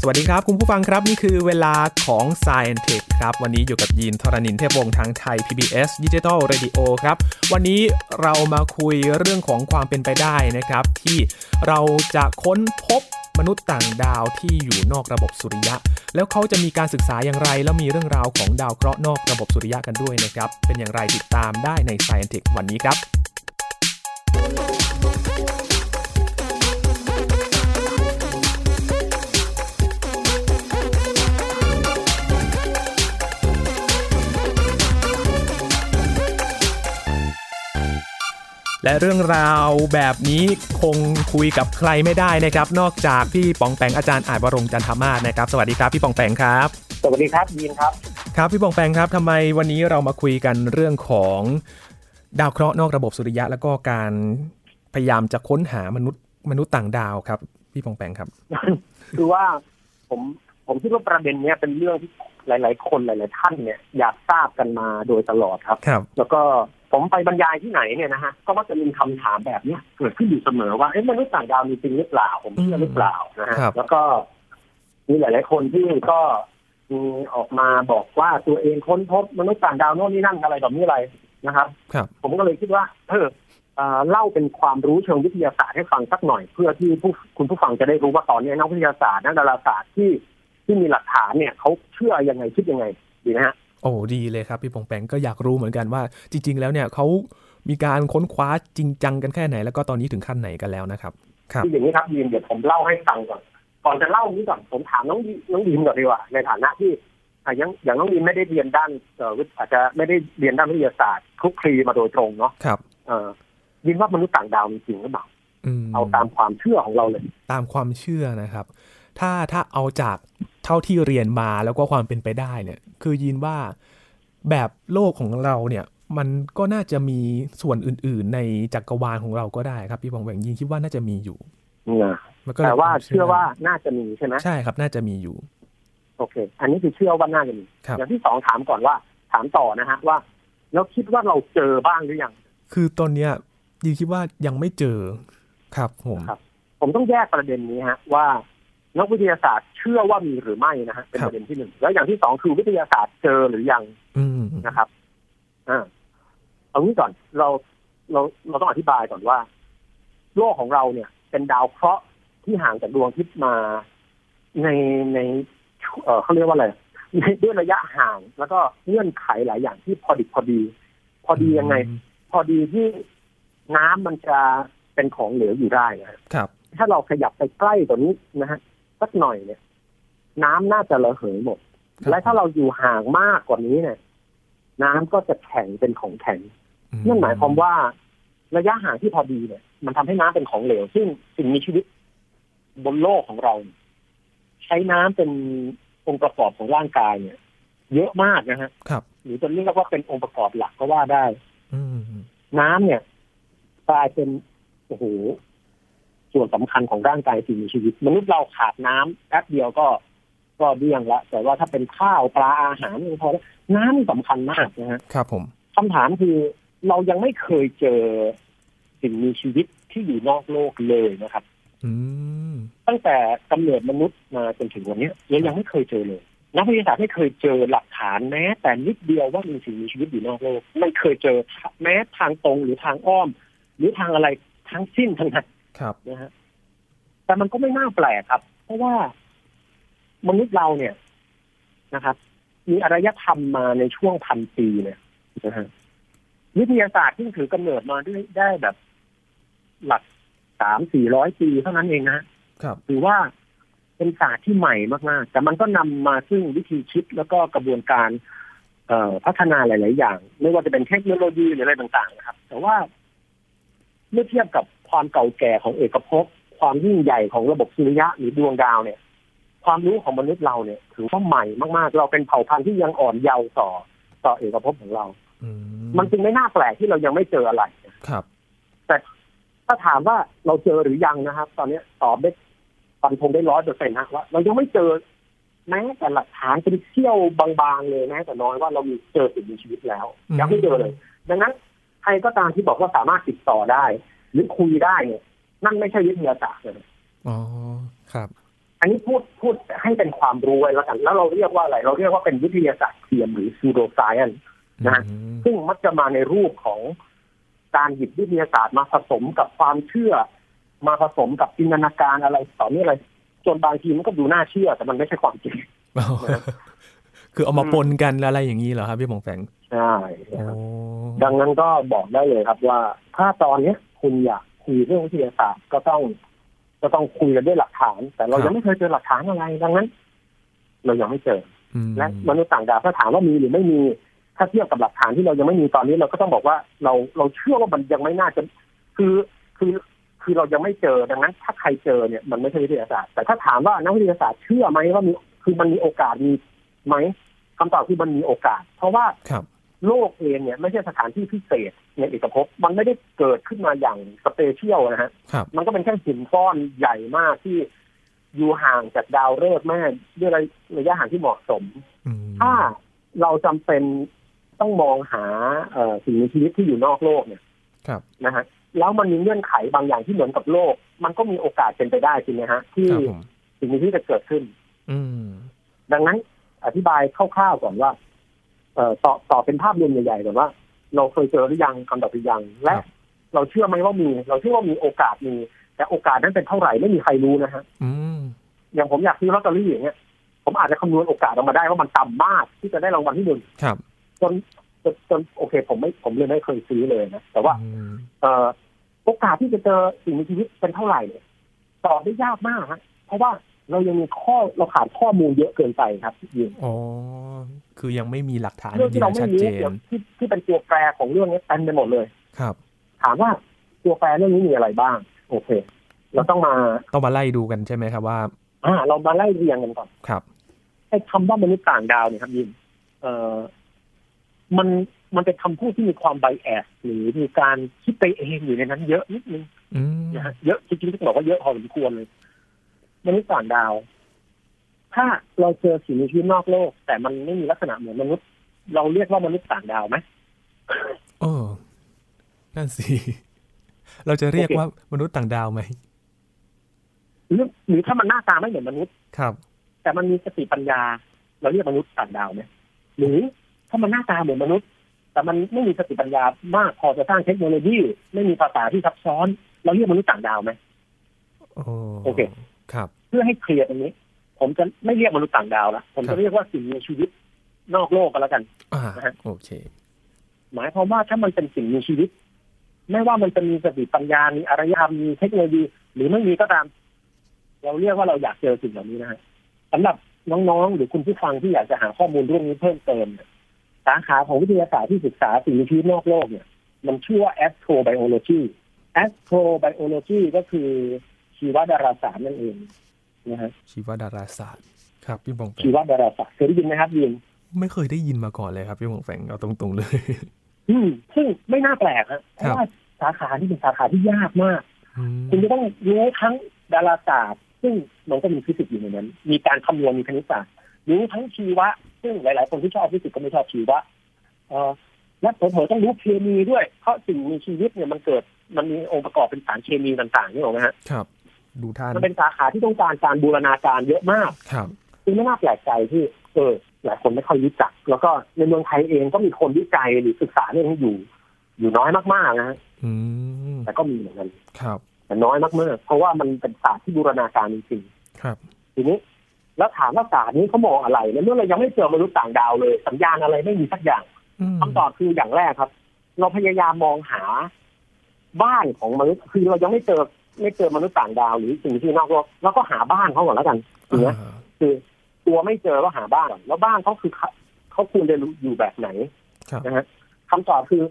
สวัสดีครับ คุณผู้ฟังครับ นี่คือเวลาของ s c i e n t e c h ครับ วันนี้อยู่กับยีนทรณินเทพวงศ์ทางไทย PBS Digital Radio ครับ วันนี้เรามาคุยเรื่องของความเป็นไปได้นะครับ ที่เราจะค้นพบมนุษย์ต่างดาวที่อยู่นอกระบบสุริยะ แล้วเขาจะมีการศึกษาอย่างไร แล้วมีเรื่องราวของดาวเคราะห์นอกระบบสุริยะกันด้วยนะครับ เป็นอย่างไรติดตามได้ใน s c i e n t e c h วันนี้ครับ และเรื่องราวแบบนี้คงคุยกับใครไม่ได้นะครับ นอกจากพี่ปองแปงอาจารย์อาจวรงค์จันทมาศนะครับ สวัสดีครับพี่ปองแปงครับ สวัสดีครับยีนครับ ครับพี่ปองแปงครับทำไมวันนี้เรามาคุยกันเรื่องของดาวเคราะห์นอกระบบสุริยะ แล้วก็การพยายามจะค้นหามนุษย์มนุษย์ต่างดาวครับ พี่ปองแปงครับ คือว่าผมผมคิดว่าประเด็นเนี้ยเป็นเรื่องที่หลาย ๆ คนหลาย ๆ ท่านเนี่ยอยากทราบกันมาโดยตลอดครับ ครับ แล้วก็ผมไปบรรยายที่ไหนเนี่ยนะฮะก็มักจะมีคำถามแบบเนี้ยเกิดขึ้นอยู่เสมอว่าเอ๊ะมนุษย์ต่างดาวมีจริงหรือเปล่า ผมเชื่อหรือเปล่านะฮะ ครับ แล้วก็มีหลาย ๆ คนที่ก็มีออกมาบอกว่าตัวเองค้นพบมนุษย์ต่างดาวโน่นนี่นั่นอะไรต่อมีอะไรนะครับ ครับ ผมก็เลยคิดว่าเออเอ่อเล่าเป็นความรู้เชิงวิทยาศาสตร์ให้ฟังสักหน่อย เพื่อที่ผู้คุณผู้ฟังจะได้รู้ว่าตอนนี้นักวิทยาศาสตร์นักดาราศาสตร์ที่ที่มีหลักฐานเนี่ยเขาเชื่อยังไงคิดยังไงดีนะฮะ โอ้ดีเลยครับ พี่ปองแปงก็อยากรู้เหมือนกันว่า จริง ๆ แล้วเนี่ยเขามีการค้นคว้าจริงจังกันแค่ไหน แล้วก็ตอนนี้ถึงขั้นไหนกันแล้วนะครับ ครับ คืออย่างนี้ครับยีนเดี๋ยวผมเล่าให้ฟังก่อน ก่อนจะเล่านี้ก่อนผมถามน้องดีน้องดีมก่อนดีกว่าในฐานะที่อ่ะยังอย่างน้องดีมไม่ได้เรียนด้านเอ่อวิทย์อาจจะไม่ได้เรียนด้านวิทยาศาสตร์คลุกคลีมาโดยตรงเนาะ ครับ เอ่อยินว่ามนุษย์ต่างดาวมีจริงหรือเปล่า อื เอาตามความเชื่อของเราเลย ตามความเชื่อนะครับ ถ้าถ้าเอาจากเท่าที่เรียนมาแล้วก็ความเป็นไปได้เนี่ย คือยินว่าแบบโลกของเราเนี่ย มันก็น่าจะมีส่วนอื่น ๆ ในจักรวาลของเราก็ได้ครับพี่บองแหวงยินคิดว่าน่าจะมีอยู่ มันก็ลย แต่ว่าเชื่อว่าน่าจะมีใช่ไหม ใช่ครับ น่าจะมีอยู่ โอเค อันนี้คือเชื่อว่าน่าจะมี ครับ อย่างที่สองถามก่อนว่า ถามต่อนะฮะว่า แล้วคิดว่าเราเจอบ้างหรือยัง คือตอนเนี้ยยินคิดว่ายังไม่เจอครับผม ครับ ผมต้องแยกประเด็นนี้ฮะว่านักวิทยาศาสตร์เชื่อว่ามีหรือไม่นะฮะเป็น ครับ ประเด็นที่หนึ่งแล้วอย่างที่สองคือวิทยาศาสตร์เจอหรือยัง อืม นะครับอ่าเอางี้ก่อนเราเราเราต้องอธิบายก่อนว่า โลกของเราเนี่ย เป็นดาวเคราะห์ที่ห่างจากดวงอาทิตย์มาในในเอ่อเขาเรียกว่าอะไร ในด้วยระยะห่าง แล้วก็เงื่อนไขหลายอย่างที่พอดิบพอดี พอดียังไง พอดีที่น้ำมันจะเป็นของเหลวอยู่ได้นะฮะ ครับ ถ้าเราขยับไปใกล้ตัวานี้นะฮะสักหน่อยเนี่ย น้ำน่าจะระเหยหมด ครับ และถ้าเราอยู่ห่างมากกว่านี้เนี่ย น้ำก็จะแข็งเป็นของแข็ง อื นั่นหมายความว่า ระยะห่างที่พอดีเนี่ย มันทำให้น้ำเป็นของเหลว ซึ่งสิ่งมีชีวิตบนโลกของเรา ใช้น้ำเป็นองค์ประกอบของร่างกายเนี่ย เยอะมากนะฮะ ครับ หรือจะเรียกว่าเป็นองค์ประกอบหลักก็ว่าได้ อืม น้ำเนี่ยกลายเป็นโอ้โหส่วนสำคัญของร่างกายสิ่งมีชีวิต มนุษย์เราขาดน้ำแป๊บเดียวก็ก็เดี่ยงละแต่ว่าถ้าเป็นข้าวปลาอาหารยังพอแล้วน้ำสำคัญมากนะฮะ ครับผม คำถามคือเรายังไม่เคยเจอสิ่งมีชีวิตที่อยู่นอกโลกเลยนะครับ อืม ตั้งแต่กำเนิดมนุษย์มาจนถึงวันเนี้ยเรายังไม่เคยเจอเลยนักวิทยาศาสตร์ไม่เคยเจอหลักฐานแม้ แต่นิดเดียวว่ามีสิ่งมีชีวิตอยู่นอกโลก ไม่เคยเจอแม้ทางตรงหรือทางอ้อม หรือทางอะไรทั้งสิ้นทั้งนั้น ครับ นะฮะแต่มันก็ไม่น่าแปลกครับ เพราะว่ามนุษย์เราเนี่ยนะครับ มีอารยธรรมมาในช่วงพันปีเนี่ยนะฮะวิทยาศาสตร์ที่งถือกำเนิดมาได้ได้แบบหลักสามสี่ร้อยปีเท่านั้นเองนะฮะ ครับ ถือว่าเป็นศาสตร์ที่ใหม่มาก ๆ แต่มันก็นำมาซึ่งวิธีคิดแล้วก็กระบวนการ เอ่อพัฒนาหลาย ๆ อย่าง ไม่ว่าจะเป็นเทคโนโลยีหรืออะไรต่าง ๆ นะครับ แต่ว่าเมื่อเทียบกับความเก่าแก่ของเอกภพความยิ่งใหญ่ของระบบสุริยะหรือดวงดาวเนี่ย ความรู้ของมนุษย์เราเนี่ย ถือว่าใหม่มาก ๆ เราเป็นเผ่าพันธุ์ที่ยังอ่อนเยาว์ต่อต่อเอกภพของเรา อื มันจึงไม่น่าแปลกที่เรายังไม่เจออะไร ครับ แต่ถ้าถามว่าเราเจอหรือยังนะครับ ตอนนี้ตอบได้ฟันธงได้ร้อยเปอร์เซ็นต์นะว่าเรายังไม่เจอแม้แต่หลักฐานเป็นเสี้ยวบางๆเลยแม้แต่น้อยว่าเรามีเจอสิ่งมีชีวิตแล้วยังไม่เจอเลย ดังนั้นใครก็ตามที่บอกว่าสามารถติดต่อได้ หรือคุยได้เนี่ยนั่นไม่ใช่วิทยาศาสตร์เลย อ๋อครับ อันนี้พูดพูดให้เป็นความรู้ไว้แล้วกัน แล้วเราเรียกว่าอะไร เราเรียกว่าเป็นวิทยาศาสตร์เทียมหรือ pseudo science นะ อื ม ซึ่งมักจะมาในรูปของการหยิบวิทยาศาสตร์มาผสมกับความเชื่อ มาผสมกับจินตนาการอะไรต่อนี่อะไร จนบางทีมันก็ดูน่าเชื่อ แต่มันไม่ใช่ความจริง คือเอามาปนกันอะไรอย่างนี้เหรอครับพี่ปงแปง ใช่ โอ้ ครับดังนั้นก็บอกได้เลยครับว่า ถ้าตอนเนี้ยคุณอยากคุยเรื่องวิทยาศาสตร์ก็ต้อง ก็ต้องคุยกันด้วยหลักฐาน แต่เรายังไม่เคยเจอหลักฐานอะไร ดังนั้น เรายังไม่เจอ อืม และมนุษย์ต่างดาวถ้าถามว่ามีหรือไม่มี ถ้าเทียบกับหลักฐานที่เรายังไม่มีตอนนี้เราก็ต้องบอกว่าเราเราเชื่อว่ามันยังไม่น่าจะคือคือคือเรายังไม่เจอดังนั้น ถ้าใครเจอเนี่ยมันไม่ใช่วิทยาศาสตร์แต่ถ้าถามว่านักวิทยาศาสตร์เชื่อไหมว่ามีคือมันมีโอกาสมีไหมคำตอบคือมันมีโอกาส เพราะว่า ครับ โลกเองเนี่ยไม่ใช่สถานที่พิเศษในเอกภพมันไม่ได้เกิดขึ้นมาอย่างสเปเชียลนะฮะ ครับ มันก็เป็นแค่หินก้อนใหญ่มากที่อยู่ห่างจากดาวฤกษ์แม่ด้วยระยะห่างที่เหมาะสม อืม ถ้าเราจำเป็นต้องมองหาเอ่อสิ่งมีชีวิตที่อยู่นอกโลกเนี่ย ครับ นะฮะแล้วมันมีเงื่อนไขบางอย่างที่เหมือนกับโลก มันก็มีโอกาสเป็นไปได้จริงไหมฮะ ที่ ครับผม สิ่งมีชีวิตจะเกิดขึ้น อืม ดังนั้นอธิบายคร่าวๆก่อนว่า เอ่อต่อต่อเป็นภาพรวมใหญ่ๆก่อนว่า เราเคยเจอหรือยังคำตอบหรือยังและ เราเชื่อไหมว่ามี เราเชื่อว่ามีโอกาสมี แต่โอกาสนั้นเป็นเท่าไหร่ไม่มีใครรู้นะฮะ อืม อย่างผมอยากซื้อลอตเตอรี่อย่างเงี้ยผมอาจจะคำนวณโอกาสออกมาได้ว่ามันต่ำมากที่จะได้รางวัลที่หนึ่ง ครับ จนจนจนโอเคผมไม่ผมเลยไม่เคยซื้อเลยนะแต่ว่า อืม เออโอกาสที่จะเจอสิ่งมีชีวิตเป็นเท่าไหร่เนี่ยตอบได้ยากมากฮะเพราะว่าเรายังมีข้อเราขาดข้อมูลเยอะเกินไปครับยิง อ๋อคือยังไม่มีหลักฐาน เรื่อง ยื ที่ นยันเราไม่ ชัด รู้ เจ เกี่ย น วที่ที่เป็นตัวแปรของเรื่องนี้เต็มไปหมดเลย ครับ ถามว่าตัวแปรเรื่องนี้มีอะไรบ้าง โอเค เราต้องมา ต้องมาไล่ดูกันใช่ไหมครับว่า อ่าเรามาไล่เรียงกันก่อน ครับ ไอ้คำว่ามนุษย์ต่างดาวเนี่ยครับยินเอ่อมันมันเป็นคำพูดที่มีความไบแอสหรือมีการคิดไปเองอยู่ในนั้นเยอะนิดนึง อืม นะฮะเยอะจริงๆต้องบอกว่าเยอะพอสมควรเลยมนุษย์ต่างดาว ถ้าเราเจอสิ่งมีชีวิตนอกโลก แต่มันไม่มีลักษณะเหมือนมนุษย์ เราเรียกว่ามนุษย์ต่างดาวไหม เออนั่นสิ เราจะเรียก โอเค ว่ามนุษย์ต่างดาวไหม หรือหรือถ้ามันหน้าตาไม่เหมือนมนุษย์ ครับ แต่มันมีสติปัญญา เราเรียกมนุษย์ต่างดาวไหมหรือถ้ามันหน้าตาเหมือนมนุษย์ แต่มันไม่มีสติปัญญามากพอจะสร้างเทคโนโลยี ไม่มีภาษาที่ซับซ้อน เราเรียกมนุษย์ต่างดาวไหม โอเค ครับ เพื่อให้เคลียร์ตรงนี้ ผมจะไม่เรียกมนุษย์ต่างดาวละผมจะเรียกว่าสิ่งมีชีวิตนอกโลกก็แล้วกัน อ่า นะฮะ โอเค หมายความว่าถ้ามันเป็นสิ่งมีชีวิต ไม่ว่ามันจะมีสติปัญญา มีอารยธรรม มีเทคโนโลยี หรือไม่มีก็ตาม เราเรียกว่าเราอยากเจอสิ่งเหล่านี้นะฮะสำหรับน้องๆ หรือคุณผู้ฟังที่อยากจะหาข้อมูลเรื่องนี้เพิ่มเติมเนี่ยสาขาของวิทยาศาสตร์ที่ศึกษาสิ่งมีชีวิตนอกโลกเนี่ย มันชื่อว่า astrobiology astrobiology ก็คือชีวดาราศาสตร์นั่นเองนะฮะ ชีวดาราศาสตร์ครับพี่บงแป ชี ง วดาราศาสตร์เคยได้ยินไหมครับยิน ไม่เคยได้ยินมาก่อนเลยครับพี่บงแปงเอาตรงๆเลย อืมซึ่งไม่น่าแปลกฮะเพ ครั ราะ บ ว่าสาขาที่เป็นสาขาที่ยากมาก อืม คุณจะต้องรู้ทั้งดาราศาสตร์ ซึ่งมันก็มีฟิสิกส์อยู่ในนั้น มีการคำนวณมีคณิตศาสตร์รู้ทั้งชีวะ ซึ่งหลาย ๆ คนที่ชอบฟิสิกส์ก็ไม่ชอบชีวะเออและเผลอๆต้องรู้เคมีด้วย เพราะสิ่งมีชีวิตเนี่ยมันเกิด มันมีองค์ประกอบเป็นสารเคมีต่างๆนี่หรอกไหมฮะ ครับ ดูท่าน มันเป็นสาขาที่ต้องการการบูรณาการเยอะมาก ครับ คือไม่น่าแปลกใจที่เออหลายคนไม่ค่อยรู้จัก แล้วก็ในเมืองไทยเองก็มีคนวิจัยหรือศึกษาเรื่องนี้อยู่ อยู่น้อยมากๆนะฮะ อืม แต่ก็มีเหมือนกัน ครับ แต่น้อยมากๆเพราะว่ามันเป็นศาสตร์ที่บูรณาการจริง ครับ ๆทีนี้ แล้วถามว่าศาสตร์นี้เขามองอะไรในเมื่อเรายังไม่เจอมนุษย์ต่างดาวเลย สัญญาณอะไรไม่มีสักอย่าง อืม คำตอบคืออย่างแรกครับ เราพยายามมองหาบ้านของมนุษย์คือเรายังไม่เจอไม่เจอมนุษย์ต่างดาวหรือสิ่งที่นอกโลกแล้วก็หาบ้านเขาก่อนแล้วกันถูกไหม อ่า คือตัวไม่เจอก็หาบ้านก่อนแล้วบ้านเขาคือเขาเขาควรจะอยู่แบบไหน ครับ นะฮะคำตอบคือ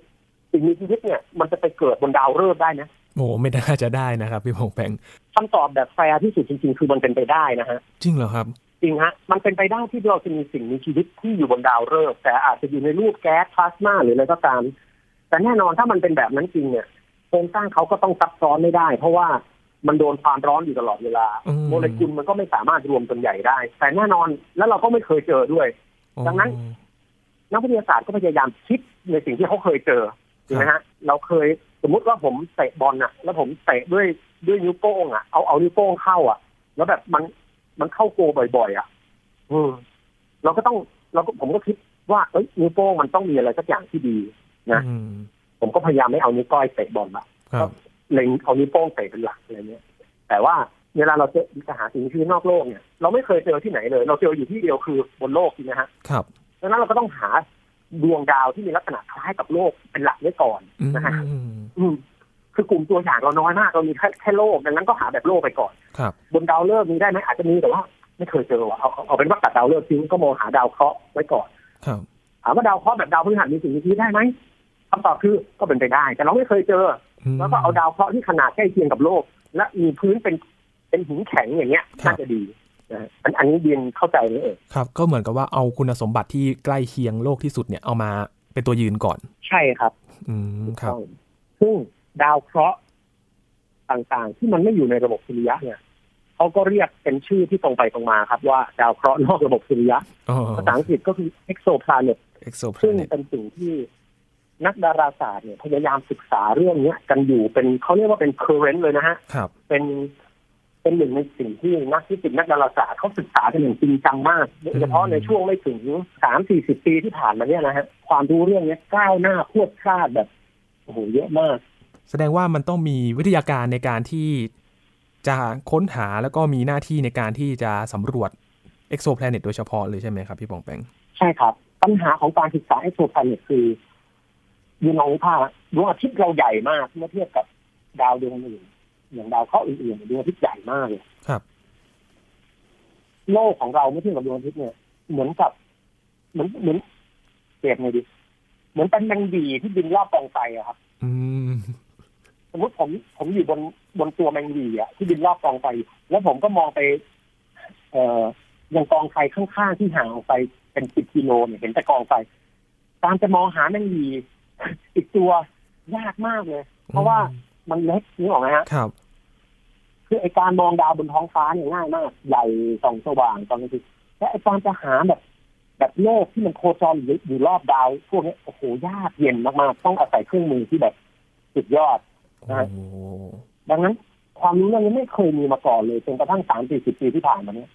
สิ่งมีชีวิตเนี่ย มันจะไปเกิดบนดาวฤกษ์ได้นะ โอ้ไม่น่าจะได้นะครับพี่บงแปง คำตอบแบบแฟร์ที่สุดจริงๆ คือมันเป็นไปได้นะฮะ จริงเหรอครับ จริงฮะมันเป็นไปได้ที่เราจะมีสิ่งมีชีวิตที่อยู่บนดาวฤกษ์แต่อาจจะอยู่ในรูปแก๊สพลาสมาหรืออะไรก็ตาม แต่แน่นอนถ้ามันเป็นแบบนั้นจริงเนี่ยโครงสร้างเขาก็ต้องซับซ้อนไม่ได้ เพราะว่ามันโดนความร้อนอยู่ตลอดเวลา อืม โมเลกุลมันก็ไม่สามารถรวมกันใหญ่ได้ แต่แน่นอนแล้วเราก็ไม่เคยเจอด้วย ดังนั้น อ๋อ นักวิทยาศาสตร์ก็พยายามคิดในสิ่งที่เขาเคยเจอถูกไหมฮะ เราเคยสมมุติว่าผมเตะบอลน่ะ แล้วผมเตะด้วยด้วยนิ้วโป้งอ่ะเอาเอานิ้วโป้งเข้าอ่ะ แล้วแบบมัน มันเข้าโกบ่อยๆอ่ะอืมเราก็ต้องเราก็ผมก็คิดว่าเอ้ยนิ้วโป้งมันต้องมีอะไรสักอย่างที่ดี นะ อืม ผมก็พยายามไม่เอานิ้วก้อยเตะบอลละ ครับ เล็งเอานิ้วโป้งเตะเป็นหลักอะไรเงี้ย แต่ว่าเวลาเราเจอจะหาสิ่งมีชีวิตนอกโลกเนี่ย เราไม่เคยเจอที่ไหนเลย เราเจออยู่ที่เดียวคือบนโลกนี่นะฮะ ครับ ดังนั้นเราก็ต้องหาดวงดาวที่มีลักษณะคล้ายกับโลกเป็นหลักไว้ก่อน อืม นะฮะอืมคือกลุ่มตัวอย่างเราน้อยมากเรามีแค่แค่โลกดังนั้นก็หาแบบโลกไปก่อน ครับ บนดาวฤกษ์มีได้ไหมอาจจะมีแต่ว่าไม่เคยเจอว่ะเอาเอาเอาเป็นว่าตัดดาวฤกษ์ทิ้งก็มองหาดาวเคราะห์ไว้ก่อน ครับ ถามว่าดาวเคราะห์แบบดาวพฤหัสมีสิ่งมีชีวิตได้ไหมคำตอบคือก็เป็นไปได้ แต่เราไม่เคยเจอ แล้วก็เอาดาวเคราะห์ที่ขนาดใกล้เคียงกับโลก และมีพื้นเป็นเป็นหินแข็งอย่างเงี้ย ครับ น่าจะดีนะฮะอันอันนี้เรียนเข้าใจนี่เอง ครับ ก็เหมือนกับว่าเอาคุณสมบัติที่ใกล้เคียงโลกที่สุดเนี่ยเอามาเป็นตัวยืนก่อน ใช่ครับ อืมครับ ต้องซึ่งดาวเคราะห์ต่างๆ ที่มันไม่อยู่ในระบบสุริยะเนี่ยเขาก็เรียกเป็นชื่อที่ตรงไปตรงมาครับว่าดาวเคราะห์นอกระบบสุริยะ อ๋อ ภาษาอังกฤษก็คือ exoplanet ซึ่ง exoplanet เป็นสิ่งที่นักดาราศาสตร์เนี่ยพยายามศึกษาเรื่องเนี้ย กันอยู่เป็นเขาเรียกว่าเป็น current เลยนะฮะ ครับ เป็นเป็นหนึ่งในสิ่งที่นักฟิสิกส์นักดาราศาสตร์เขาศึกษากันอย่างจริงจังมากโดยเฉพาะในช่วงไม่ถึงสามสี่สิบปีที่ผ่านมาเนี่ยนะฮะความรู้เรื่องเนี้ยก้าวหน้าพรวดพลาดแบบโอ้โหเยอะมาก แสดงว่ามันต้องมีวิทยาการในการที่จะค้นหาแล้วก็มีหน้าที่ในการที่จะสำรวจ exoplanet โดยเฉพาะเลยใช่ไหมครับพี่ปองแปง ใช่ครับ ปัญหาของการศึกษาไอโซแพนเนี่ยคือยูนองภาพดวงอาทิตย์เราใหญ่มากเมื่อเทียบกับดาวดวงอื่นอย่างดาวเคราะห์อื่นๆดวงอาทิตย์ใหญ่มากเลย ครับ โลกของเราไม่เทียบกับดวงอาทิตย์เนี่ยเหมือนกับ เหมือนเหมือนเปรียบไงดี เหมือนเป็นแมงดีที่บินรอบกองไฟอะครับ อืม สมมติผมผมอยู่บนบนตัวแมงดีอะที่บินรอบกองไฟแล้วผมก็มองไป เอ่อยังกองไฟข้างๆที่ห่างออกไปเป็นสิบกิโลเนี่ยเห็นแต่กองไฟการจะมองหาแมงดี อีกตัวยากมากเลย เพราะว่ามันเล็กนึกออกไหมฮะ ครับ คือไอการมองดาวบนท้องฟ้าเนี่ยง่ายมาก ใหญ่ส่องสว่างตอนกลางคืนและไอการจะหาแบบ แบบโลกที่มันโคจรอยู่อยู่รอบดาว พวกเนี้ยโอ้โหยากเย็นมากๆ ต้องอาศัยเครื่องมือที่แบบสุดยอด โอ้โห ดังนั้น ความรู้เรื่องนี้ไม่เคยมีมาก่อนเลยจนกระทั่งสามสี่สิบปีที่ผ่านมาเนี้ย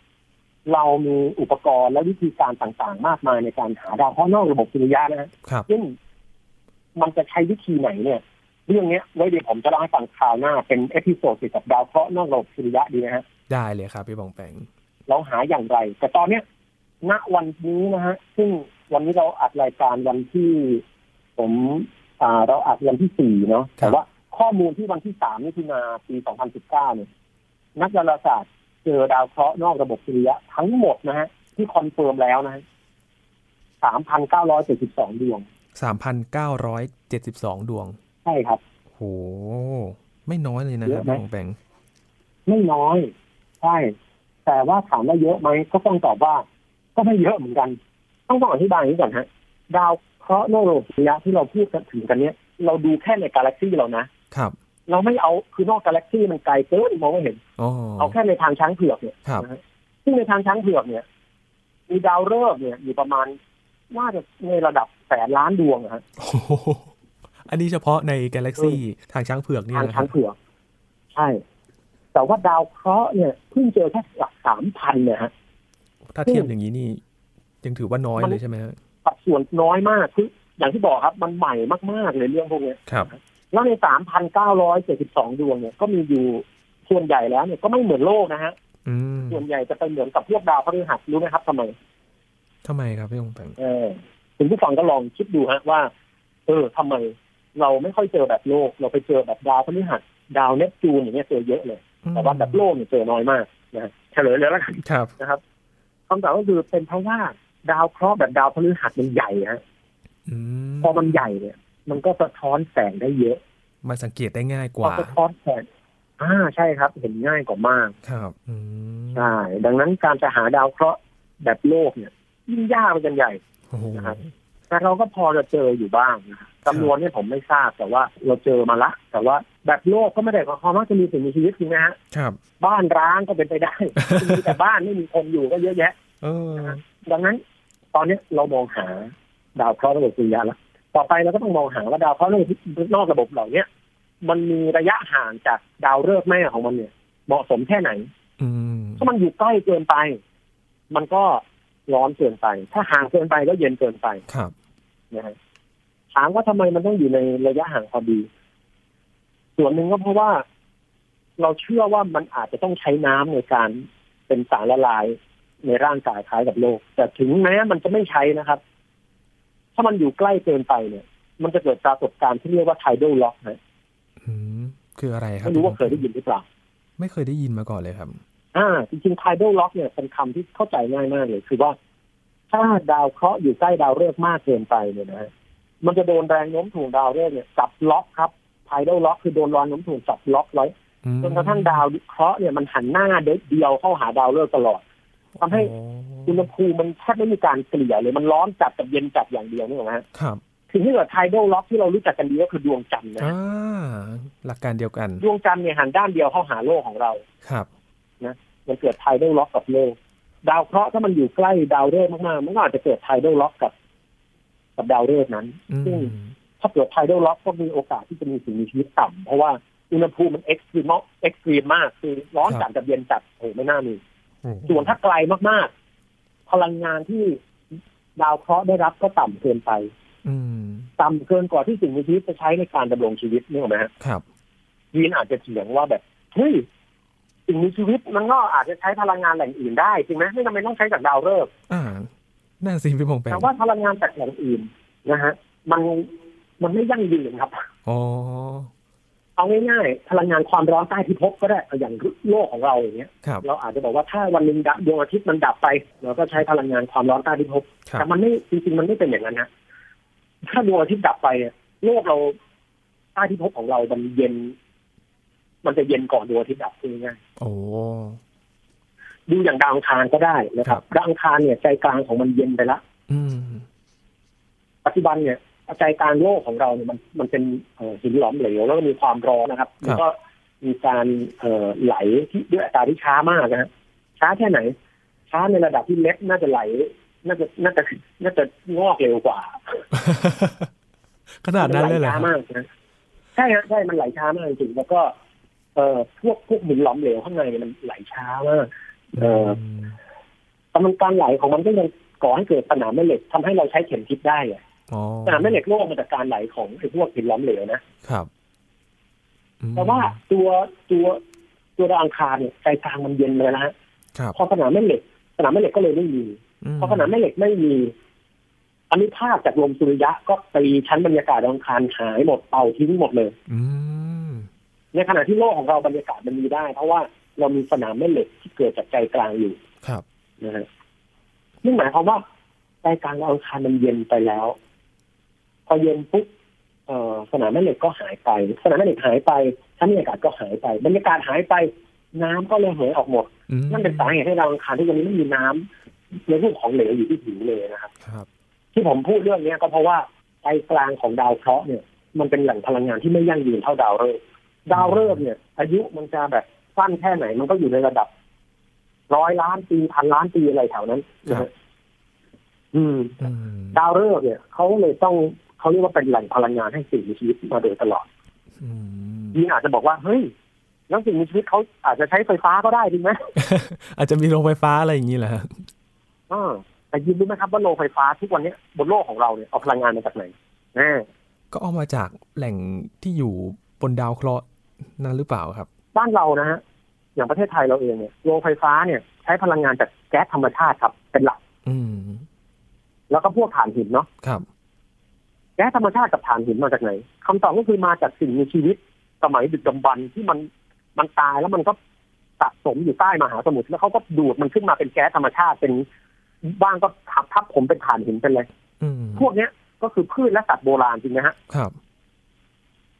เรามีอุปกรณ์และวิธีการต่างๆ มากมายในการหาดาวเพราะห์นอกระบบสุริยะนะฮะ ครับ ซึ่งมันจะใช้วิธีไหนเนี่ย เรื่องเนี้ยไว้เดี๋ยวผมจะเล่าให้ฟังคราวหน้า เป็นเอพิโซดเกี่ยวกับดาวเคราะห์นอกระบบสุริยะดีนะฮะ ได้เลยครับพี่ปองแปง เราหาอย่างไร แต่ตอนเนี้ยณวันนี้นะฮะ ซึ่งวันนี้เราอัดรายการวันที่ ผมอ่าเราอัดวันที่สี่เนาะแต่ว่าข้อมูลที่วันที่สามมิถุนาปีสองพันสิบเก้าเนี่ยนักดาราศาสตร์เจอดาวเคราะห์นอกระบบสุริยะทั้งหมดนะฮะ ที่คอนเฟิร์มแล้วนะฮะสามพันเก้าร้อยเจ็ดสิบสองดวง สามพันเก้าร้อยเจ็ดสิบสองดวง ใช่ครับ โห ไม่น้อยเลยนะครับ เยอะไหม พี่ปองแปง ไม่น้อย ใช่ แต่ว่าถามว่าเยอะไหมก็ต้องตอบว่า ก็ไม่เยอะเหมือนกัน ต้องต้องอธิบายอย่างนี้ก่อนฮะ ดาวเคราะห์นอกระบบสุริยะที่เราพูดกันถึงกันเนี้ยเราดูแค่ในกาแล็กซี่เรานะครับเราไม่เอาคือนอกกาแล็กซี่มันไกลเกินมองไม่เห็น อ๋อ เอาแค่ในทางช้างเผือกเนี่ย ครับ นะฮะซึ่งในทางช้างเผือกเนี่ย มีดาวฤกษ์เนี่ยอยู่ประมาณน่าจะในระดับแสนล้านดวงอะฮะ โอ้โห อันนี้เฉพาะในกาแล็กซี่ทางช้างเผือกเนี่ย ทาง นะครัช้าบ งเผือกใช่ แต่ว่าดาวเคราะห์เนี่ยเพิ่งเจอแค่หลักสามพันเนี่ยฮะ ถ้าเทียบอย่างนี้นี่ยังถือว่าน้อยเลยใช่ไหมฮะ สัดส่วนน้อยมากคืออย่างที่บอกครับ มันใหม่มากๆเลยเรื่องพวกเนี้ย ครับ แล้วใน 3,972 ดวงเนี่ย ก็มีอยู่ส่วนใหญ่แล้วเนี่ยก็ไม่เหมือนโลกนะฮะ อืม ส่วนใหญ่จะไปเหมือนกับพวกดาวพฤหัสรู้ไหมครับทำไม ทำไมครับพี่ปองแปง เออคุณผู้ฟังก็ลองคิดดูฮะว่า เออทำไม เราไม่ค่อยเจอแบบโลก เราไปเจอแบบดาวพฤหัสดาวเนปจูนอย่างเงี้ยเจอเยอะเลย แต่ว่าแบบโลกเนี่ยเจอน้อยมากนะฮะเฉลยแล้วละกัน ครับ นะครับคำตอบก็คือเป็นเพราะว่าดาวเคราะห์แบบดาวพฤหัสมันใหญ่ฮะ อืม พอมันใหญ่เนี่ย มันก็สะท้อนแสงได้เยอะ มันสังเกตได้ง่ายก พอ ว่า สะท้อนแสงอ่าใช่ครับ เห็นง่ายกว่ามาก ครับอืม ใช่ดังนั้นการจะหาดาวเคราะห์แบบโลกเนี่ยยิ่งยากเป็นกันใหญ่ โอ้โห นะครับ แต่เราก็พอจะเจออยู่บ้างนะครับจำนวนเนี่ยผมไม่ทราบแต่ว่าเราเจอมาละ แต่ว่าแบบโลกก็ไม่ได้หมายความว่าจะมีสิ่งมีชีวิตจริงนะฮะ ครับ บ้านร้างก็เป็นไปได้ มีแต่บ้านไม่มีคนอยู่ก็เยอะแยะ เออ ดังนั้น ตอนเนี้ยเรามองหาดาวเคราะห์ระบบสุริยะแล้วต่อไปเราก็ต้องมองหาว่าดาวเคราะห์ระบบนอกระบบเหล่าเนี้ยมันมีระยะห่างจากดาวฤกษ์แม่ของมันเนี่ย เหมาะสมแค่ไหน อืม ถ้ามันอยู่ใกล้เกินไป มันก็ร้อนเกินไป ถ้าห่างเกินไปก็เย็นเกินไป ครับ นะฮะถามว่าทำไมมันต้องอยู่ในระยะห่างพอดี ส่วนหนึ่งก็เพราะว่า เราเชื่อว่ามันอาจจะต้องใช้น้ำในการเป็นสารละลายในร่างกายคล้ายกับโลก แต่ถึงแม้มันจะไม่ใช้นะครับ ถ้ามันอยู่ใกล้เกินไปเนี่ย มันจะเกิดปรากฏการณ์ที่เรียกว่าไทเดลล็อกนะ อืมคืออะไรครับ ไม่รู้ว่าเคยได้ยินหรือเปล่า ไม่เคยได้ยินมาก่อนเลยครับ อ่าจริงๆ tidal lock เนี่ยเป็นคำที่เข้าใจง่ายมากเลยคือว่า ถ้าดาวเคราะห์อยู่ใกล้ดาวฤกษ์มากเกินไปเนี่ยนะฮะมันจะโดนแรงโน้มถ่วงดาวฤกษ์เนี่ยจับล็อกครับ tidal lock คือโดนแรงโน้มถ่วงจับล็อกไว้ อืม จนกระทั่งดาวเคราะห์เนี่ยมันหันหน้าเดียวเข้าหาดาวฤกษ์ตลอดทำให้ โอ้ อุณหภูมิมันแทบไม่มีการเกลี่ยเลยมันร้อนจัดกับเย็นจัดอย่างเดียวนี่หรอกนะฮะ ครับ ถึงที่เกิด tidal lock ที่เรารู้จักกันดีก็คือดวงจันทร์นะ อ่า ฮะ หลักการเดียวกัน ดวงจันทร์เนี่ยหันด้านเดียวเข้าหาโลกของเรา ครับ มันเกิดไทเดลล็อกกับโลกดาวเคราะห์ถ้ามันอยู่ใกล้ดาวฤกษ์มากๆ มันก็อาจจะเกิดไทเดลล็อกกับ กับดาวฤกษ์นั้น อื ซึ่ง ม ถ้าเกิดไทเดลล็อกก็มีโอกาสที่จะมีสิ่งมีชีวิตต่ำเพราะว่าอุณหภูมิมันเอ็กซ์ตรีมเอ็กซ์ตรีมมากคือร้อนจัดกับเย็นจัดโอ้โหไม่น่ามี โอ้ ส่วนถ้าไกลมากๆ พลังงานที่ดาวเคราะห์ได้รับก็ต่ำเกินไป อืม ต่ำเกินกว่าที่สิ่งมีชีวิตจะใช้ในการดำรงชีวิตนี่หรอกไหมฮะ ครับ ยีนอาจจะเถียงว่าแบบเฮ้ยสิ่งมีชีวิตมันก็อาจจะใช้พลังงานแหล่งอื่นได้จริงไหมไม่จำเป็นต้องใช้จากดาวฤกษ์ อ่านั่นสิพี่พงษ์แปล แต่ว่าพลังงานจากแหล่งอื่นนะฮะ มันมันไม่ยั่งยืนครับ อ๋อ เอาง่ายๆพลังงานความร้อนใต้พิภพก็ได้อย่างโลกของเราอย่างเงี้ย ครับ เราอาจจะบอกว่าถ้าวันหนึ่งดาวดวงอาทิตย์มันดับไปเราก็ใช้พลังงานความร้อนใต้พิภพ ครั แต่ บ มันไม่จริงๆมันไม่เป็นอย่างนั้นนะถ้าดวงอาทิตย์ดับไปอะโลกเราใต้พิภพของเรามันเย็น มันจะเย็นก่อนดวงอาทิตย์ดับพูดง่ายๆ โอ้ ดูอย่างดาวอังคารก็ได้นะคครัรับ บ ดาวอังคารเนี่ยใจกลางของมันเย็นไปละ อืม ปัจจุบันเนี่ยใจกลางโลกของเราเนี่ยมันมันเป็นเอ่อหินหลอมเหลวแล้วก็มีความร้อนนะครับแล้วก็มีการเอ่อไหลที่ด้วยอัตราที่ช้ามากนะฮะช้าแค่ไหน ช้าในระดับที่เล็กน่าจะไหล น่าจะน่าจะน่าจะงอกเร็วกว่า ขนาดนั้น มั เลย ไห เหรอครัช้าบ มากนะใช่ฮะใช่มันไหลช้ามากจริงๆแล้วก็ เอ่อพวกพวกหินหลอมเหลวข้างในเนี่ยมันไหลช้ามาก เอ่อ ม แต่มันการไหลของมันก็ยังก่อให้เกิดสนามแม่เหล็กทำให้เราใช้เข็มทิศได้อะ อ๋อ สนามแม่เหล็กโลกมาจากการไหลของไอ้พวกหินล้อมเหลวนะครับ อืม แต่ว่าตัวตัวตัวดาวอังคารเนี่ยใจกลางมันเย็นเลยนะฮะ ครับ พอสนามแม่เหล็ก สนามแม่เหล็กก็เลยไม่มี ม พอสนามแม่เหล็กไม่มีอนุภาคจากลมสุริยะก็ตีชั้นบรรยากาศดาวอังคารหายหมดเป่าทิ้งหมดเลย อืม ในขณะที่โลกของเราบรรยากาศมันมีได้ เพราะว่าเรามีสนามแม่เหล็กที่เกิดจากใจกลางอยู่ ครับ นะฮะนี่หมายความว่าใจกลางดาวอังคารมันเย็นไปแล้ว พอเย็นปุ๊บเอ่อสนามแม่เหล็กก็หายไป สนามแม่เหล็กหายไปชั้นบรรยากาศก็หายไปบรรยากาศหายไป น้ำก็เลยเหยออกหมด อืม นั่นเป็นสาเหตุให้ดาวอังคารที่วันนี้ไม่มีน้ำในรูปของเหลวอยู่ที่ผิวเลยนะครับ ครับ ที่ผมพูดเรื่องเนี้ยก็เพราะว่าใจกลางของดาวเคราะห์เนี่ย มันเป็นแหล่งพลังงานที่ไม่ยั่งยืนเท่าดาวฤกษ์ดาวฤกษ์เนี่ย อายุมันจะแบบสั้นแค่ไหนมันก็อยู่ในระดับร้อยล้านปีพันล้านปีอะไรแถวนั้นนะ ครั ฮะ บ อืม อืม ดาวฤกษ์เนี่ยเขาเลยต้องเขาเรียกว่าเป็นแหล่งพลังงานให้สิ่งมีชีวิตมาโดยตลอด อืม ยีนอาจจะบอกว่าเฮ้ยแล้วสิ่งมีชีวิตเขาอาจจะใช้ไฟฟ้าก็ได้จริงไหม อาจจะมีโรงไฟฟ้าอะไรอย่างนี้แหละ อ่าแต่ยินรู้ไหมครับว่าโรงไฟฟ้าทุกวันเนี้ยบนโลกของเราเนี่ยเอาพลังงานมาจากไหนแน่ ก็เอามาจากแหล่งที่อยู่บนดาวเคราะห์นั่นหรือเปล่าครับ บ้านเรานะฮะอย่างประเทศไทยเราเองเนี่ยโรงไฟฟ้าเนี่ย ใช้พลังงานจากแก๊สธรรมชาติครับ เป็นหลัก อืม แล้วก็พวกถ่านหินเนาะ ครับ แก๊สธรรมชาติกับถ่านหินมาจากไหนคำตอบก็คือมาจากสิ่งมีชีวิตสมัยดึกดำบรรพ์ที่มันมันตายแล้วมันก็สะสมอยู่ใต้มหาสมุทรแล้วเขาก็ดูดมันขึ้นมาเป็นแก๊สธรรมชาติเป็นบ้างก็ทับทับผมเป็นถ่านหินเป็นเลย อืม พวกเนี้ยก็คือพืชและสัตว์โบราณจริงนะฮะ ครับ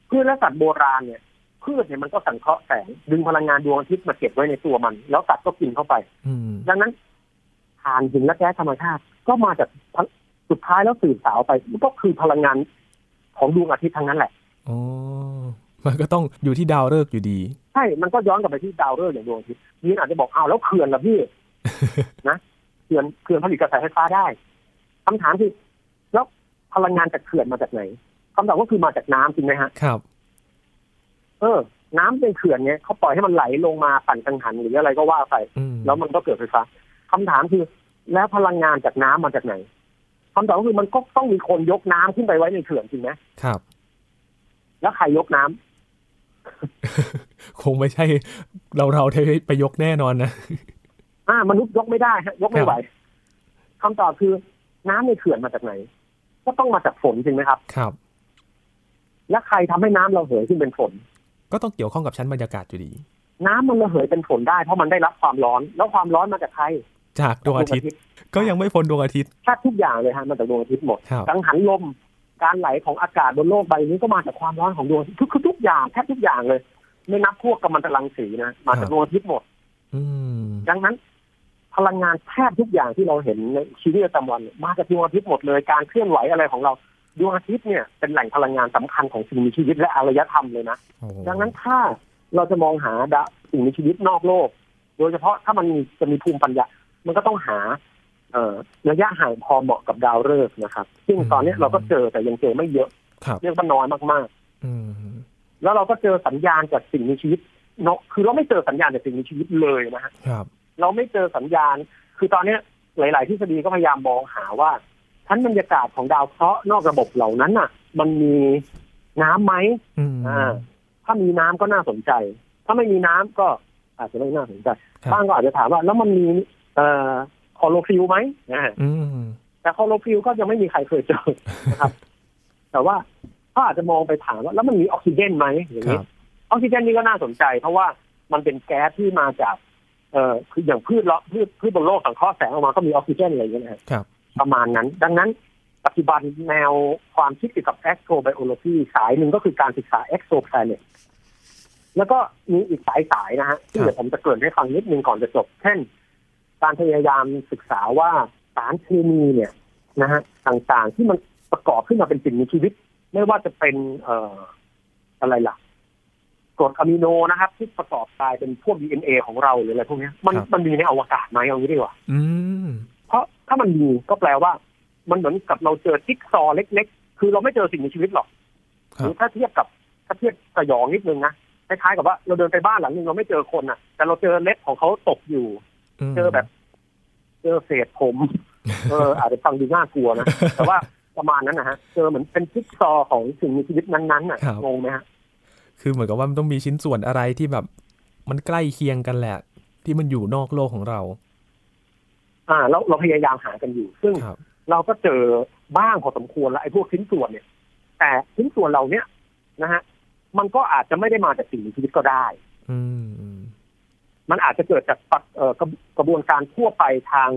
พืชและสัตว์โบราณเนี่ย พืชเนี่ยมันก็สังเคราะห์แสงดึงพลังงานดวงอาทิตย์มาเก็บไว้ในตัวมัน แล้วสัตว์ก็กินเข้าไป อืม ดังนั้นถ่านหินและแก๊สธรรมชาติ ก็มาจากพะสุดท้ายแล้วสื่อสาวไปมันก็คือพลังงานของดวงอาทิตย์ทั้งนั้นแหละ อ๋อมันก็ต้องอยู่ที่ดาวฤกษ์อยู่ดี ใช่มันก็ย้อนกลับไปที่ดาวฤกษ์อย่างดวงอาทิตย์นี่อาจจะบอกเอาวแล้วเขื่อนล่ะพี่ นะเขื่อนเขื่อนผลิตกระแสไฟฟ้าได้คำถามคือแล้วพลังงานจากเขื่อนมาจากไหนคำตอบก็คือมาจากน้ำจริงไหมฮะ ครับ เออ น้ำในเขื่อนเนี่ยเขาปล่อยให้มันไหลลงมาปั่นกังหันหรืออะไรก็ว่าไป อืม แล้วมันก็เกิดไฟฟ้าคำถามคือ แล้วพลังงานจากน้ำมาจากไหนคำตอบก็คือมันก็ต้องมีคนยกน้ำขึ้นไปไว้ในเขื่อนจริงไหม ครับ แล้วใครยกน้ำ คงไม่ใช่เราเราได้ไปยกแน่นอนนะ อ่ามนุษย์ยกไม่ได้ฮะยกไม่ไหวคำตอบคือน้ำในเขื่อนมาจากไหน ก็ต้องมาจากฝนจริงไหมครับ ครับ และใครทำให้น้ำเราเหยขึ้นเป็นฝน ก็ต้องเกี่ยวข้องกับชั้นบรรยากาศอยู่ดี น้ำมันระเหยเป็นฝนได้เพราะมันได้รับความร้อน แล้วความร้อนมาจากใคร จากดวงอาทิตย์ก็ยังไม่พ้นดวงอาทิตย์ แทบทุกอย่างเลยฮะมาจากดวงอาทิตย์หมด ครับ กังหันลม การไหลของอากาศบนโลกใบนี้ก็มาจากความร้อนของดวงอาทิตย์ทุกทุกอย่างแทบทุกอย่างเลย ไม่นับพวกกัมมันตรังสีนะมาจากดวงอาทิตย์หมด อืม ดังนั้น พลังงานแทบทุกอย่างที่เราเห็นในชีวิตประจำวันเนี่ยมาจากดวงอาทิตย์หมดเลยการเคลื่อนไหวอะไรของเราดวงอาทิตย์เนี่ยเป็นแหล่งพลังงานสำคัญของสิ่งมีชีวิตและอารยธรรมเลยนะ โอ้โห ดังนั้นถ้าเราจะมองหาดะสิ่งมีชีวิตนอกโลก โดยเฉพาะถ้ามันมีจะมีภูมิปัญญา มันก็ต้องหา เอ่อระยะห่างพอเหมาะกับดาวฤกษ์นะครับ ซึ่งตอนเนี้ยเราก็เจอแต่ยังเจอไม่เยอะ ครับ เรียกว่าน้อยมาก อืม ๆ แล้วเราก็เจอสัญญาณจากสิ่งมีชีวิตเนาะคือเราไม่เจอสัญญาณจากสิ่งมีชีวิตเลยนะฮะ ครับ เราไม่เจอสัญญาณ คือตอนเนี้ยหลาย ๆ ทฤษฎีก็พยายามมองหาว่าชั้นบรรยากาศของดาวเคราะห์นอกระบบเหล่านั้นน่ะ มันมีน้ำไหม อืม อ่า ถ้ามีน้ำก็น่าสนใจ ถ้าไม่มีน้ำก็อาจจะไม่น่าสนใจ ครับ บ้างก็อาจจะถามว่า แล้วมันมีเอ่อคอโลฟิลไหมอ่า อืม แต่คอโลฟิลก็ยังไม่มีใครเคยเจ อนะครับ แต่ว่าถ้าอาจจะมองไปถามว่า แล้วมันมีออกซิเจนไหมอย่างนี้ ครับ ออกซิเจนนี่ก็น่าสนใจ เพราะว่ามันเป็นแก๊สที่มาจาก เอ่อคืออย่างพืชละพืชพืชบนโลกสังเคราะห์แสงออกมาก็มีออกซิเจนอะไรอย่างเงี้ยนะฮะ ครับ ประมาณนั้น ดังนั้น ปัจจุบันแนวความคิดเกี่ยวกับ astrobiology สายหนึ่งก็คือการศึกษา exoplanet แล้วก็มีอีกสายสายนะฮะคที่รับ เดี๋ยวผมจะเกริ่นให้ฟังนิดนึงก่อนจะจบ เช่น การพยายามศึกษาว่าสารเคมีเนี่ยนะฮะต่างๆ ที่มันประกอบขึ้นมาเป็นสิ่งมีชีวิต ไม่ว่าจะเป็นเอ่ออะไรล่ะกรดอะมิโนนะครับ ที่ประกอบกลายเป็นพวก DNA ของเราหรืออะไรพวกเนี้ยมัน ครับ มันมีในอวกาศไหมเอางี้ดีกว่า อืม เพราะถ้ามันมีก็แปลว่า มันเหมือนกับเราเจอจิ๊กซอว์เล็ก ๆ คือเราไม่เจอสิ่งมีชีวิตหรอก ค ห รับ รือถ้าเทียบกับถ้าเทียบสยองนิดนึงนะคล้ายๆกับว่าเราเดินไปบ้านหลังนึงเราไม่เจอคนนะแต่เราเจอเล็บของเขาตกอยู่ ม เจอแบบ เจอเศษผม เอออาจจะฟังดูน่ากลัวนะ แต่ว่าประมาณนั้นนะฮะเจอเหมือนเป็นจิ๊กซอว์ของสิ่งมีชีวิตนั้นๆน่ะ ครับ งงไหมฮะ คือเหมือนกับว่ามันต้องมีชิ้นส่วนอะไรที่แบบ มันใกล้เคียงกันแหละ ที่มันอยู่นอกโลกของเรา อ่าเราเราพยายามหากันอยู่ ซึ่ง ครับ เราก็เจอบ้างพอสมควรแล้วไอ้พวกชิ้นส่วนเนี่ย แต่ชิ้นส่วนเราเนี่ยนะฮะมันก็อาจจะไม่ได้มาจากสิ่งมีชีวิตก็ได้ อืมอืม มันอาจจะเกิดจากปัจเอ่อกระกระบวนการทั่วไปทาง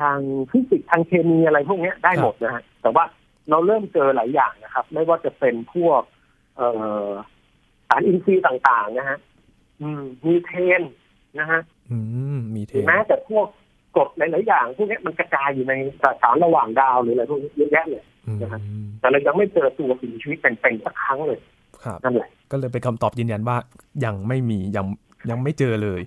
ทางฟิสิกส์ทางเคมีอะไรพวกเนี้ยได้หมดนะฮะแต่ว่าเราเริ่มเจอหลายอย่างนะครับ ไม่ว่าจะเป็นพวก เอ่อสารอินทรีย์ต่างๆนะฮะอืมมีเทนนะฮะ อืม มีเท หรือน แม้แต่พวกกรดหลายๆอย่างพวกเนี้ยมันกระจายอยู่ในสสารระหว่างดาวหรืออะไรพวกนี้เยอะแยะเลย อืม นะครับ แต่เรายังไม่เจอตัวสิ่งมีชีวิตเป็นๆสักครั้งเลย ครับ นั่นแหละ ก็เลยเป็นคำตอบยืนยันว่ายังไม่มียังยังไม่เจอเลย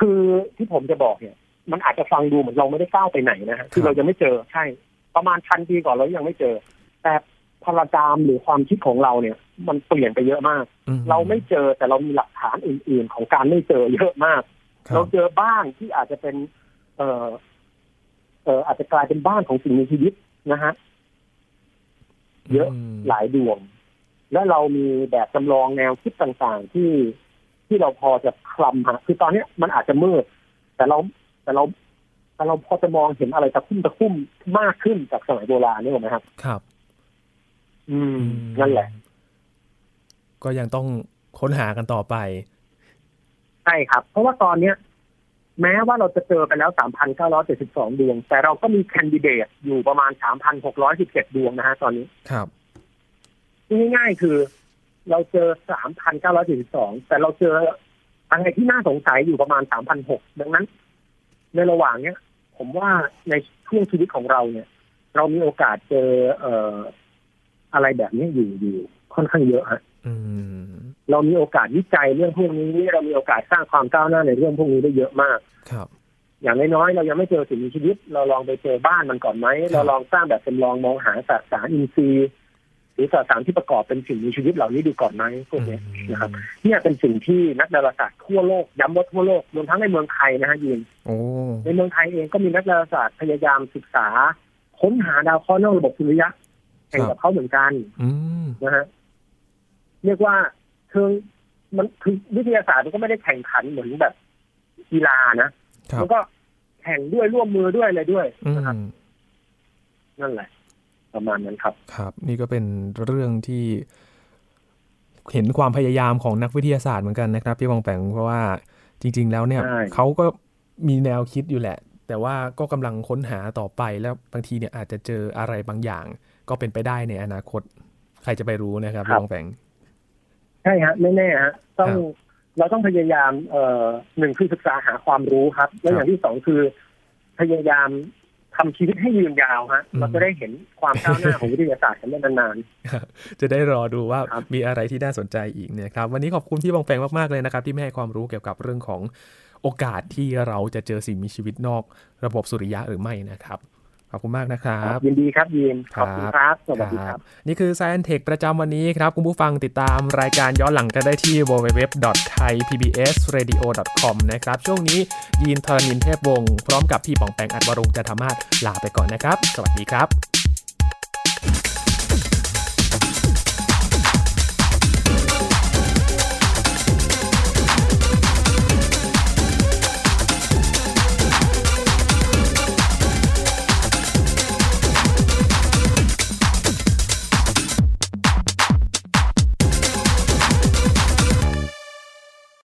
คือที่ผมจะบอกเนี่ย มันอาจจะฟังดูเหมือนเราไม่ได้ก้าวไปไหนนะฮะคือเรายังไม่เจอใช่ ประมาณพันปีก่อนเรายังไม่เจอ แต่พารากามหรือความคิดของเราเนี่ย มันเปลี่ยนไปเยอะมาก อื เราไม่เจอแต่เรามีหลักฐานอื่น ๆ ของการไม่เจอเยอะมาก ค เรา รับ เจอบ้านที่อาจจะเป็น เออเอออาจจะกลายเป็นบ้านของสิ่งมีชีวิตนะฮะ เยอะ ม หลายดวง และเรามีแบบจำลองแนวคิดต่างๆที่ที่เราพอจะคลำฮะคือตอนเนี้ยมันอาจจะมืด แต่เราแต่เราแต่เราพอจะมองเห็นอะไรตะคุ่มตะคุ่มมากขึ้นจากสมัยโบราณนี่ถูกไหมครับ ครับ อืม อืม นั่นแหละ ก็ยังต้องค้นหากันต่อไป ใช่ครับ เพราะว่าตอนเนี้ย แม้ว่าเราจะเจอไปแล้ว 3,972 ดวง แต่เราก็มีแคนดิเดตอยู่ประมาณ 3,617 ดวงนะฮะตอนนี้ ครับ ง่ายๆคือ เราเจอ 3,972 แต่เราเจออะไรที่น่าสงสัยอยู่ประมาณ 3,600 ดังนั้น ในระหว่างเนี้ย ผมว่าในช่วงชีวิตของเราเนี่ย เรามีโอกาสเจอเอ่ออะไรแบบนี้อยู่อยู่ค่อนข้างเยอะฮะ อืม เรามีโอกาสวิจัยเรื่องพวกนี้ เรามีโอกาสสร้างความก้าวหน้าในเรื่องพวกนี้ได้เยอะมาก ครับ อย่างน้อยๆเรายังไม่เจอสิ่งมีชีวิต เราลองไปเจอบ้านมันก่อนไหมเราลองสร้างแบบจำลองมองหาสสารอินทรีย์ รือสสารที่ประกอบเป็นสิ่งมีชีวิตเหล่านี้ดูก่อนไหมพวกเนี้ย นะครับ เนี่ยเป็นสิ่งที่นักดาราศาสตร์ทั่วโลกย้ำว่าทั่วโลกรวมทั้งในเมืองไทยนะฮะยิน โอ้ ในเมืองไทยเองก็มีนักดาราศาสตร์พยายามศึกษา ค้นหาดาวเคราะห์นอกระบบสุริยะแข่งกับเขาเหมือนกัน อืม นะฮะเรียกว่าเชิงมันคือวิทยาศาสตร์มันก็ไม่ได้แข่งขันเหมือนแบบกีฬานะ ครับ มัก็แข่งด้วยร่วมมือด้วยอะไรด้วย อื นะครับ ม นั่นแหละ ประมาณนั้นครับ ครับนี่ก็เป็นเรื่องที่เห็นความพยายามของนักวิทยาศาสตร์เหมือนกันนะครับพี่วองแปงเพราะว่าจริง ๆ แล้วเนี่ย ใช่ เขาก็มีแนวคิดอยู่แหละ แต่ว่าก็กำลังค้นหาต่อไปแล้วบางทีเนี่ยอาจจะเจออะไรบางอย่าง ก็เป็นไปได้ในอนาคต ใครจะไปรู้นะครับพี่วองแปง ใช่ฮะไม่แน่ฮะต้อง ครับ เราต้องพยายามเอ่อหนึ่งคือศึกษาหาความรู้ครับ แล้วอย่างที่สองคือ พยายามทำชีวิตให้ยืนยาวฮะเราจะได้เห็นความก้าวหน้าของวิทยาศาสตร์กันได้นาน จะได้รอดูว่า ครับ มีอะไรที่น่าสนใจอีกเนี่ยครับ วันนี้ขอบคุณพี่บองแปงมาก ๆ เลยนะครับ ที่มาให้ความรู้เกี่ยวกับเรื่องของโอกาสที่เราจะเจอสิ่งมีชีวิตนอก ระบบสุริยะหรือไม่นะครับ ขอบคุณมากนะค ๆ รับ ยินดีครับยินขอบคุณ ครับ ครับ สวัสดีครับ นี่คือ Science Tech ประจำวันนี้ครับ คุณผู้ฟังติดตามรายการย้อนหลังก็ได้ที่ www.thaipbsradio.com นะครับ ช่วงนี้ยีนทรณินเทพวงศ์พร้อมกับพี่ป๋องแปงอัดวรงค์จันทมาศลาไปก่อนนะครับ สวัสดีครับ